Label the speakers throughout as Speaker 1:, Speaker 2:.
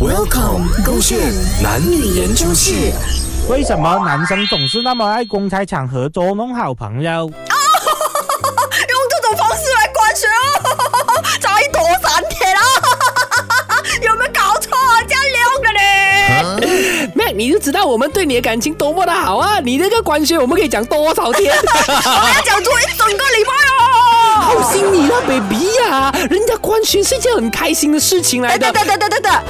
Speaker 1: Welcome，勾线男女研究室。
Speaker 2: 为什么男生总是那么爱公开场合捉弄好朋友？
Speaker 3: 用这种方式来灌水 哦，再躲三天啊！ 有没有搞错啊？这样撩的嘞？
Speaker 4: Mac，你就知道我们对你的感情多么的好啊！你那个官宣我们可以讲多少 天，
Speaker 3: 我要讲出一整个礼拜哦！
Speaker 4: 啊好心你了，baby 呀、人家官宣是一件很开心的事情来
Speaker 3: 哎等
Speaker 4: 的
Speaker 3: 等，等等等等等，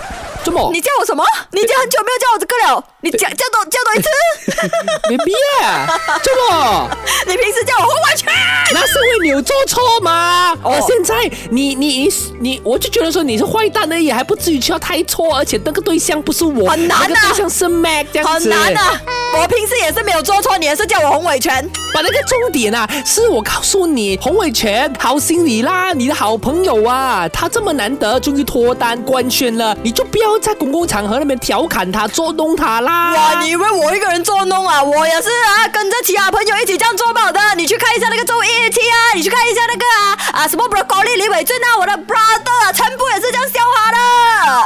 Speaker 4: 怎么
Speaker 3: 你叫我什么？你已经很久没有叫我这个了，你叫叫多叫多一次，
Speaker 4: ，baby 呀、怎么？
Speaker 3: 你平时叫我黄婉全。
Speaker 4: 那是因为你有做错嘛？
Speaker 3: 哦
Speaker 4: 而现在你你你你，我就觉得说你是坏蛋而已，还不至于需要太错，而且那个对象不是我，
Speaker 3: 很难啊
Speaker 4: 那个对象是 Mac 这样
Speaker 3: 很
Speaker 4: 子，
Speaker 3: 难啊！我平时也是没有做错，你也是叫我洪伟全。
Speaker 4: 把那个重点啊，是我告诉你，洪伟全好心你啦，你的好朋友啊，他这么难得终于脱单官宣了，你就不要在公共场合那边调侃他、捉弄他啦。
Speaker 3: 哇，你以为我一个人作弄啊？我也是啊，跟着其他朋友一起这样做不好的。你去看一下那个周一七啊，你去看一下那个啊啊什么 Broccoli 李伟俊啊，我的 brother 啊，全部也是这样笑他的。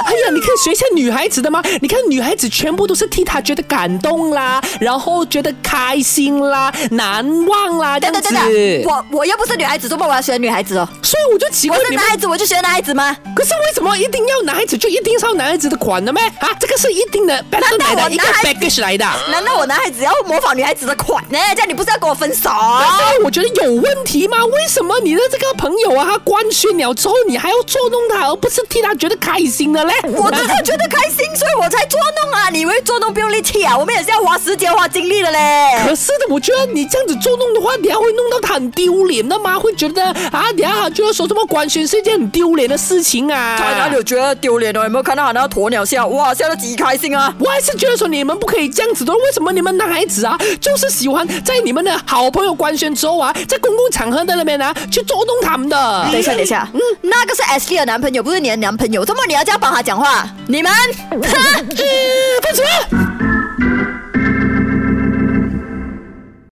Speaker 4: 哎呀，你可以学一下女孩子的吗？你看女孩子全部都是替他觉得感动啦，然后觉得开心啦、难忘啦这
Speaker 3: 等等
Speaker 4: 样子
Speaker 3: 等。等，我我又不是女孩子，做梦我要学女孩子哦。
Speaker 4: 所以我就奇怪
Speaker 3: 我是
Speaker 4: 你
Speaker 3: 男
Speaker 4: 们，
Speaker 3: 孩子，我就学男孩子吗？
Speaker 4: 可是为什么一定要男孩子就一定是要男孩子的款的咩？啊，这个是一定的 b a
Speaker 3: 道
Speaker 4: g 来
Speaker 3: 我
Speaker 4: 的，一个
Speaker 3: 男孩
Speaker 4: baggage 来的。
Speaker 3: 难道我男孩子要模仿女孩子的款呢？这样你不是要跟我 分手？
Speaker 4: 但啊是我觉得有问题吗？为什么你的这个朋友啊，他官宣了之后，你还要捉弄他，而不是替他觉得开心的嘞？
Speaker 3: 我真的觉得开心，所以我才捉弄啊！你以为捉弄不用力气啊？我们也是要花时间、花精力的嘞。
Speaker 4: 可是我觉得你这样子捉弄的话，你还会弄到他很丢脸的吗？会觉得啊，你还觉得说什么官宣是一件很丢脸的事情啊？
Speaker 3: 他哪里有觉得丢脸哦？有没有看到他那个鸵鸟笑？哇，笑得极开心啊！
Speaker 4: 我还是觉得说你们不可以这样子的，为什么你们男孩子啊，就是喜欢在你们的好朋友官宣之后啊，在公共场合的那边啊，去捉弄他们的？
Speaker 3: 等一下，等一下，嗯，那个是 Ashley 的男嗯朋友，不是你的男朋友，怎么你要这样帮他讲话？你们，
Speaker 4: 呃，分手了。